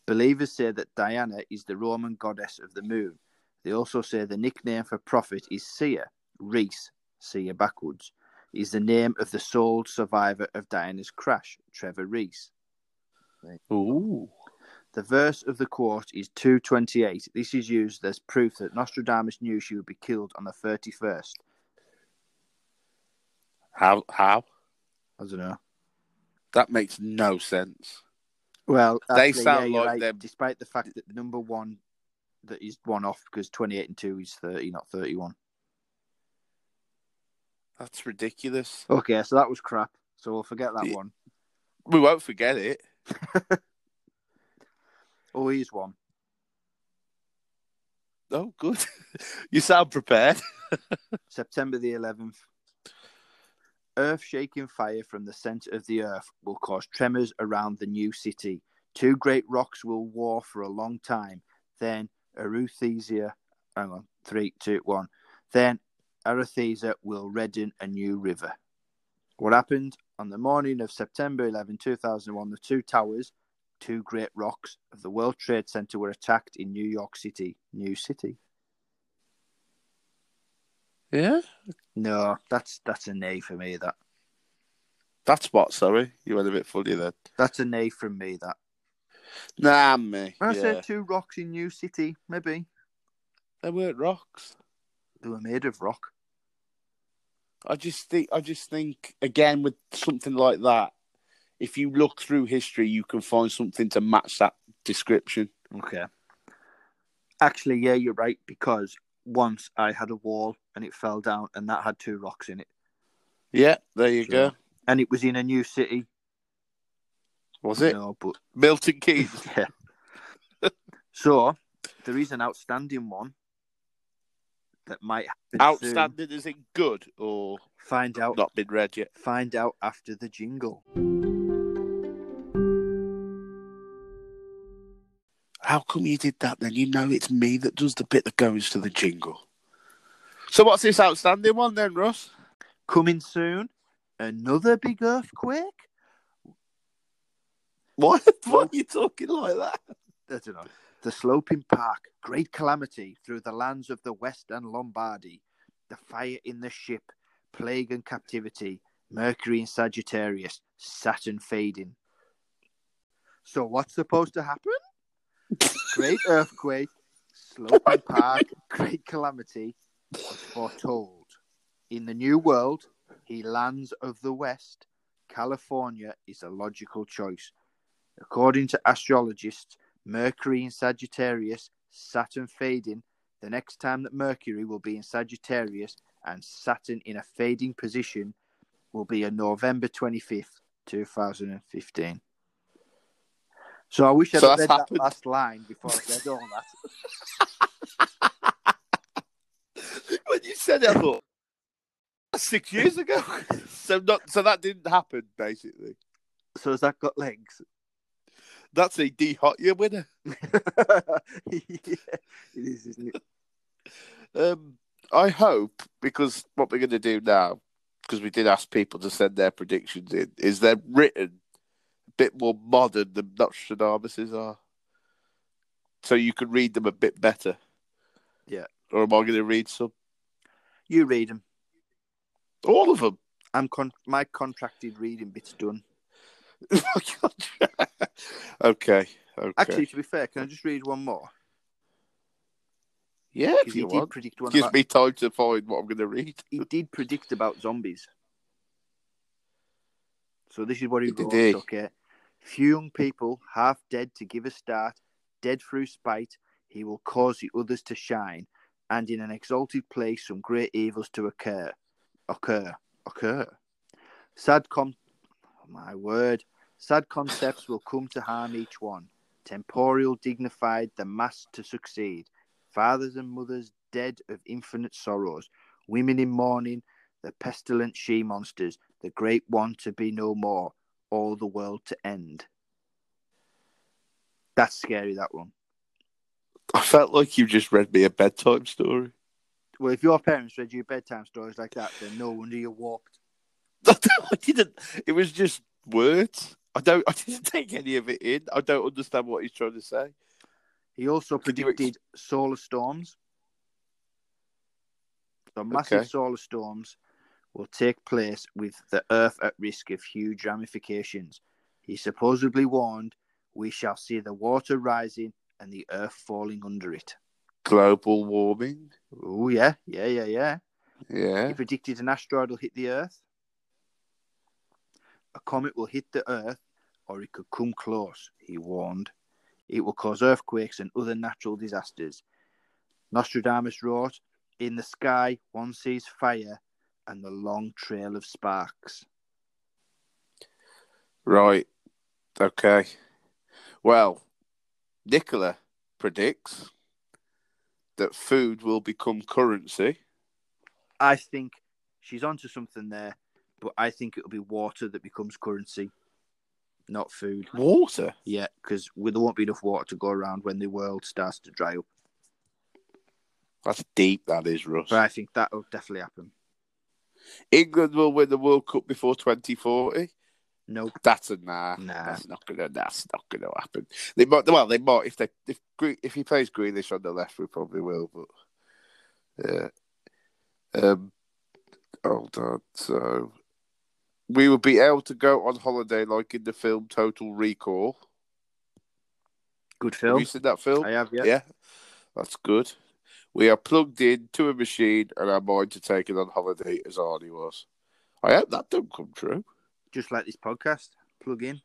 S1: Believers say that Diana is the Roman goddess of the moon. They also say the nickname for prophet is Seer, Reese, Seer backwards, is the name of the sole survivor of Diana's crash, Trevor Reese.
S2: Ooh.
S1: The verse of the quote is 228. This is used as proof that Nostradamus knew she would be killed on the 31st.
S2: How? How?
S1: I don't know.
S2: That makes no sense.
S1: Well,
S2: They
S1: actually,
S2: sound
S1: yeah, you're
S2: like
S1: right,
S2: they're-
S1: Despite the fact that the number one that is one off because 28 and 2 is 30, not 31.
S2: That's ridiculous.
S1: Okay, so that was crap. So we'll forget that
S2: Yeah.
S1: one.
S2: We won't forget it.
S1: Oh, here's one.
S2: Oh, good. <laughs> you sound prepared.
S1: September the 11th. Earth shaking fire from the center of the earth will cause tremors around the new city. Two great rocks will war for a long time. Then Aruthesia, hang on, three, two, one. Then Aruthesia will redden a new river. What happened on the morning of September 11, 2001? The two towers, two great rocks of the World Trade Center were attacked in New York City. New City?
S2: Yeah.
S1: No, that's that's a nay for me. That
S2: That's what. Sorry, you went a bit funny then.
S1: That's a nay from me. That
S2: Nah, me.
S1: I
S2: yeah.
S1: said two rocks in New City. Maybe
S2: They weren't rocks.
S1: they were made of rock.
S2: I just think. I just think again with something like that. If you look through history, you can find something to match that description.
S1: Okay. Actually, yeah, you're right because once I had a wall and it fell down, and that had two rocks in it,
S2: Yeah, there you
S1: Sure.
S2: go.
S1: and it was in a new city.
S2: Was it
S1: No,
S2: <laughs>
S1: but
S2: Milton Keynes?
S1: <laughs> yeah. so there is an outstanding one that might happen soon.
S2: Outstanding is it good or
S1: Find out.
S2: not been read yet?
S1: Find out after the jingle.
S2: How come you did that then? You know it's me that does the bit that goes to the jingle. So what's this outstanding one then, Russ?
S1: Coming soon, another big earthquake. <laughs>
S2: What? What are you talking like that? <laughs>
S1: I don't know. The sloping park, great calamity through the lands of the West and Lombardy, the fire in the ship, plague and captivity, Mercury in Sagittarius, Saturn fading. So what's supposed to happen? Great earthquake, sloping park, great calamity was foretold. In the new world, he lands of the west. California is a logical choice. According to astrologists, Mercury in Sagittarius, Saturn fading. The next time that Mercury will be in Sagittarius and Saturn in a fading position will be on November 25th, 2015. So I wish I'd
S2: So
S1: have
S2: that's
S1: read
S2: happened.
S1: that last line before I read all that.
S2: <laughs> when you said it, I thought that's six years ago. <laughs> so not so that didn't happen. Basically,
S1: So has that got legs? <laughs>
S2: that's a D hot year winner.
S1: yeah, it is, isn't it?
S2: Um, I hope because what we're going to do now, because we did ask people to send their predictions in, is they're written a bit more modern than Nostradamus's are, so you can read them a bit better.
S1: Yeah.
S2: Or am I going to read some?
S1: You read them.
S2: All of <laughs> them.
S1: I'm con- my contracted reading bit's done.
S2: okay. Okay.
S1: Actually, to be fair, can I just read one more?
S2: yeah, if
S1: Because he
S2: you
S1: did
S2: want.
S1: predict one.
S2: Gives
S1: About,
S2: me time to find what I'm going to read.
S1: he did predict about zombies. So this is what he
S2: Did
S1: wrote.
S2: he?
S1: Okay, few young people, half dead to give a start, dead through spite, he will cause the others to shine, and in an exalted place, some great evils to occur, occur, occur. Sad com, oh, my word, sad concepts will come to harm each one. Temporal dignified, the mass to succeed. Fathers and mothers dead of infinite sorrows, women in mourning, the pestilent she monsters, the great one to be no more, all the world to end. That's scary, that one.
S2: I felt like you just read me a bedtime story.
S1: Well, if your parents read you bedtime stories like that, then no wonder you're warped.
S2: <laughs> I didn't. It was just words. I don't. I didn't <laughs> take any of it in. I don't understand what he's trying to say.
S1: He also
S2: Could you ex-
S1: predicted solar storms. So massive
S2: Okay.
S1: solar storms will take place with the Earth at risk of huge ramifications. He supposedly warned, "We shall see the water rising and the Earth falling under it."
S2: Global warming.
S1: Oh yeah, yeah, yeah, yeah. He
S2: Yeah.
S1: predicted an asteroid will hit the Earth. A comet will hit the Earth, or it could come close, he warned. It will cause earthquakes and other natural disasters. Nostradamus wrote, In the sky, one sees fire and the long trail of sparks.
S2: Right. Okay. Well, Nicola predicts that food will become currency.
S1: I think she's onto something there, but I think it'll be water that becomes currency, not food.
S2: Water.
S1: Yeah, because there won't be enough water to go around when the world starts to dry up.
S2: That's deep. That is, Russ.
S1: But I think that'll definitely happen.
S2: England will win the World Cup before 2040.
S1: No
S2: That's a nah.
S1: Nah.
S2: That's not gonna. That's not gonna happen. They might. Well, they might if they if Gre- if he plays Greenish on the left, we probably will. But yeah. Um. Hold on. So we would be able to go on holiday like in the film Total Recall.
S1: Good
S2: Have
S1: film.
S2: you seen that film?
S1: I have, yeah.
S2: That's good. We are plugged in to a machine and our minds are taken on holiday as Arnie was. I hope that don't come true.
S1: Just like this podcast, plug in.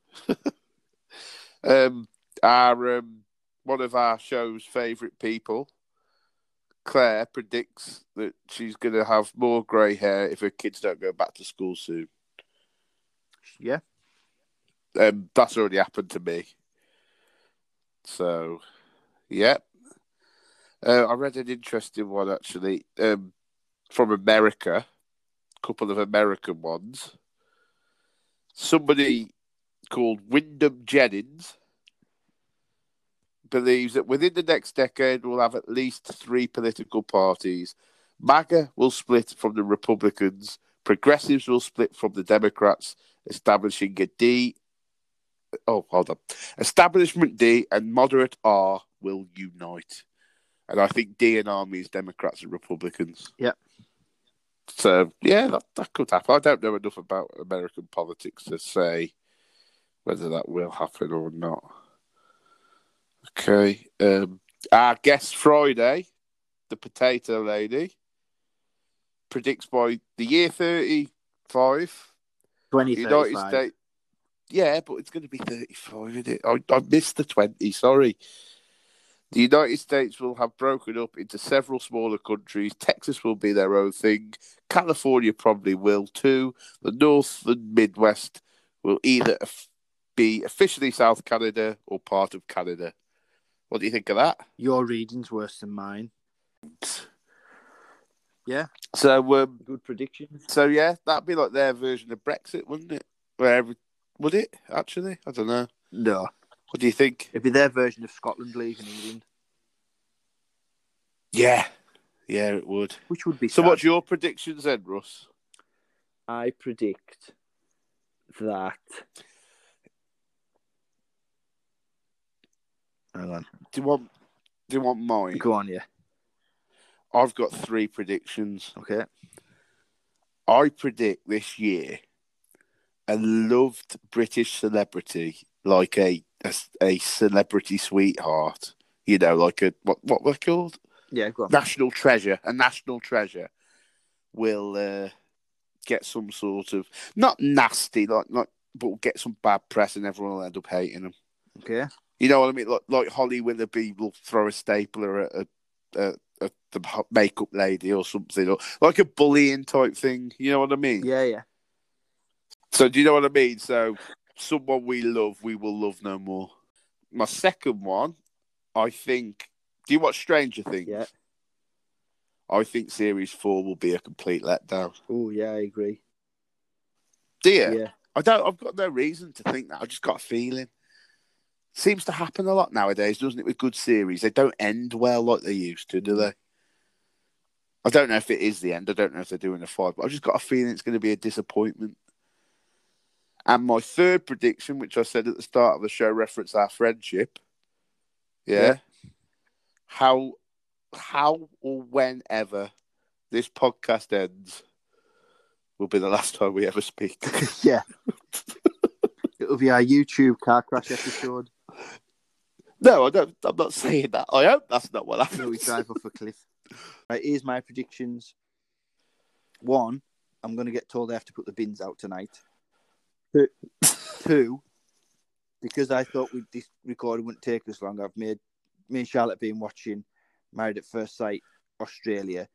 S2: um, our um, one of our show's favourite people, Claire, predicts that she's going to have more grey hair if her kids don't go back to school soon.
S1: Yeah.
S2: Um, that's already happened to me. So, yeah. Uh, I read an interesting one actually um, from America, a couple of American ones. Somebody called Wyndham Jennings believes that within the next decade we'll have at least three political parties. MAGA will split from the Republicans, progressives will split from the Democrats, establishing a D. Oh, hold on. Establishment D and moderate R will unite. And I think D and R means Democrats and Republicans.
S1: Yep.
S2: so yeah, that, that could happen. I don't know enough about American politics to say whether that will happen or not. Okay, um, our guest Friday, the potato lady, predicts by the year thirty-five,
S1: Twenty
S2: the United
S1: thirty-five.
S2: States. Yeah, but it's going to be thirty-five, isn't it? I, I missed the twenty. Sorry. The United States will have broken up into several smaller countries. Texas will be their own thing. California probably will too. The North and Midwest will either of- be officially South Canada or part of Canada. What do you think of that?
S1: Your reading's worse than mine.
S2: So, um,
S1: Good predictions.
S2: so yeah, that'd be like their version of Brexit, wouldn't it? Where every, would it actually? I don't know.
S1: No,
S2: What do you think?
S1: it'd be their version of Scotland leaving England,
S2: Yeah, yeah, it would.
S1: which would be
S2: So,
S1: sad.
S2: what's your predictions then, Russ?
S1: I predict that. Hang on.
S2: Do you want? Do you want mine?
S1: Go on, yeah.
S2: I've got three predictions.
S1: Okay.
S2: I predict this year a loved British celebrity, like a a, a celebrity sweetheart. You know, like a what what we're called
S1: Yeah, go on.
S2: national treasure. A national treasure will uh, get some sort of not nasty, like not, but will get some bad press, and everyone will end up hating them.
S1: Okay.
S2: You know what I mean? Like, like Holly Willoughby will throw a stapler at, a at, at the makeup lady or something, or like a bullying type thing. You know what I mean?
S1: Yeah, yeah.
S2: So do you know what I mean? So someone we love, we will love no more. My second one, I think. Do you watch Stranger Things?
S1: Yeah.
S2: I think series four will be a complete letdown.
S1: Oh, yeah, I agree.
S2: Do you?
S1: yeah.
S2: I don't. I've got no reason to think that. I've just got a feeling. Seems to happen a lot nowadays, doesn't it? With good series, they don't end well like they used to, do they? I don't know if it is the end. I don't know if they're doing a five, but I've just got a feeling it's going to be a disappointment. And my third prediction, which I said at the start of the show, referenced our friendship. Yeah.
S1: Yeah.
S2: How, how or whenever this podcast ends will be the last time we ever speak. <laughs>
S1: Yeah. It'll be our YouTube car crash episode.
S2: No, I don't. I'm not saying that. I hope that's not what
S1: where we
S2: happens.
S1: drive off a cliff. Right, here's my predictions. One, I'm going to get told I have to put the bins out tonight. Two, two, because I thought we this recording wouldn't take this long, I've made me and Charlotte been watching Married at First Sight Australia.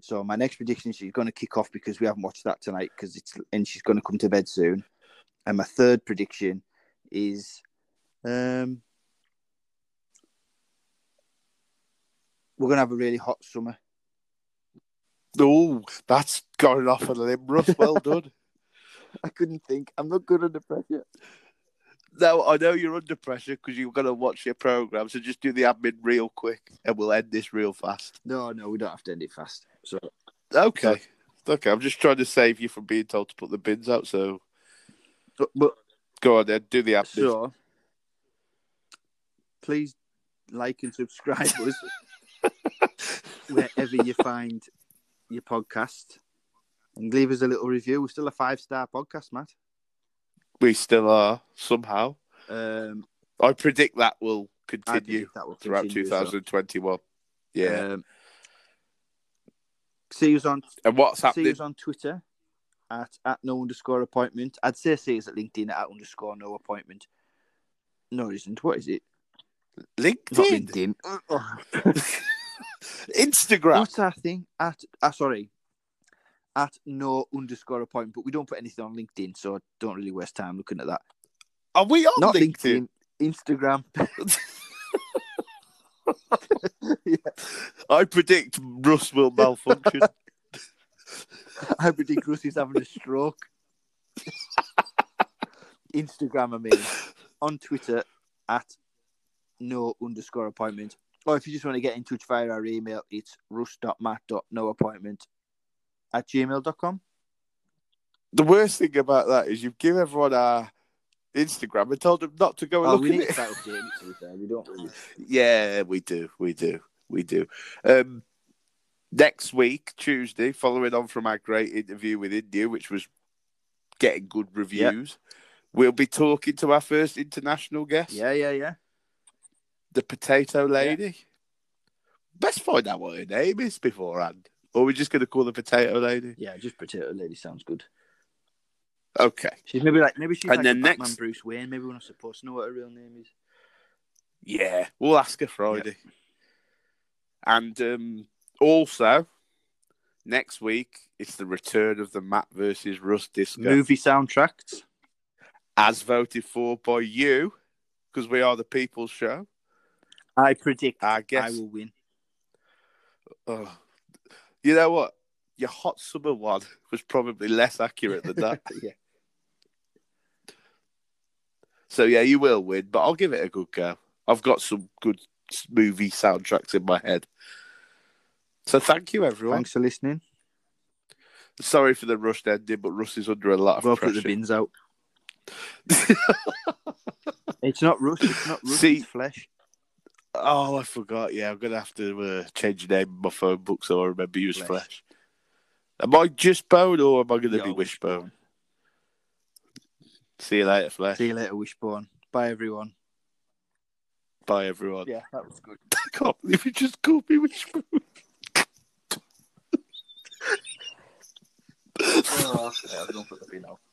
S1: So my next prediction is she's going to kick off because we haven't watched that tonight because it's and she's going to come to bed soon. And my third prediction is um, we're going to have a really hot summer.
S2: No, that's going off on a limb, Russ. <laughs> Well done.
S1: I couldn't think. I'm not good under pressure.
S2: No, I know you're under pressure because you're going to watch your program. So just do the admin real quick, and we'll end this real fast.
S1: No, no, we don't have to end it fast. So
S2: Okay. Okay. I'm just trying to save you from being told to put the bins out. So
S1: but, but
S2: go on then, do the admin.
S1: so please like and subscribe us <laughs> wherever you find your podcast. And leave us a little review. We're still a five star podcast, Matt.
S2: We still are somehow.
S1: Um,
S2: I predict that will
S1: I
S2: continue Uh,
S1: predict that will
S2: throughout
S1: continue, so,
S2: 2021. Yeah.
S1: um, see us on
S2: and what's
S1: See
S2: happening?
S1: us on Twitter at, at no underscore appointment. I'd say see us at LinkedIn at underscore no appointment. No, it isn't. What is it? Not
S2: LinkedIn,
S1: LinkedIn.
S2: Instagram.
S1: What's our thing? At ah, sorry. At no underscore appointment, but we don't put anything on LinkedIn, so I don't really waste time looking at that.
S2: Are we on
S1: Not
S2: LinkedIn?
S1: LinkedIn, Instagram.
S2: I predict Russ will malfunction. <laughs>
S1: <laughs> I predict Russ is having a stroke. <laughs> Instagram, I mean, on Twitter at no underscore appointment. Or if you just want to get in touch via our email, it's russ.matt.noappointment at gmail.com.
S2: the worst thing about that is you've given everyone our Instagram and told them not to go and
S1: Oh,
S2: look
S1: we
S2: at
S1: need to
S2: it.
S1: start updating
S2: <laughs>
S1: it, to be fair. We don't really.
S2: Yeah, we do, we do, we do. Um, Next week, Tuesday, following on from our great interview with India, which was getting good reviews, we'll be talking to our first international guest,
S1: Yeah, yeah, yeah.
S2: the potato lady. Let's find out what her name is beforehand. Or we're just going to call the potato lady.
S1: Yeah, just potato lady sounds good.
S2: Okay.
S1: She's maybe like maybe she's
S2: And
S1: like
S2: then
S1: a Batman
S2: next-
S1: Bruce Wayne. Maybe we're not supposed to know what her real name is.
S2: Yeah, we'll ask her Friday. And um, also, next week it's the return of the Matt versus Russ disco,
S1: Movie soundtracks.
S2: as voted for by you, because we are the people's show.
S1: I predict
S2: I
S1: I
S2: guess.
S1: will win.
S2: <laughs> oh, you know what? Your hot summer one was probably less accurate than <laughs> that.
S1: yeah.
S2: so yeah, you will win, but I'll give it a good go. I've got some good s- movie soundtracks in my head. So thank you, everyone.
S1: Thanks for listening.
S2: Sorry for the rushed ending, but Russ is under a lot of
S1: Go put
S2: pressure.
S1: the bins <laughs> out. it's not rust. It's not rust.
S2: See-
S1: it's flesh.
S2: Oh, I forgot. Yeah, I'm gonna have to uh, change the name of my phone book so I remember you as
S1: Flesh.
S2: Flesh. Am I just Bone or am I gonna
S1: You're
S2: be Wishbone? See you later, Flesh.
S1: See you later, Wishbone. Bye, everyone.
S2: Bye, everyone.
S1: Yeah, that was good.
S2: <laughs> I can't believe you just called me Wishbone.
S1: oh, okay, I'll go put the bin out.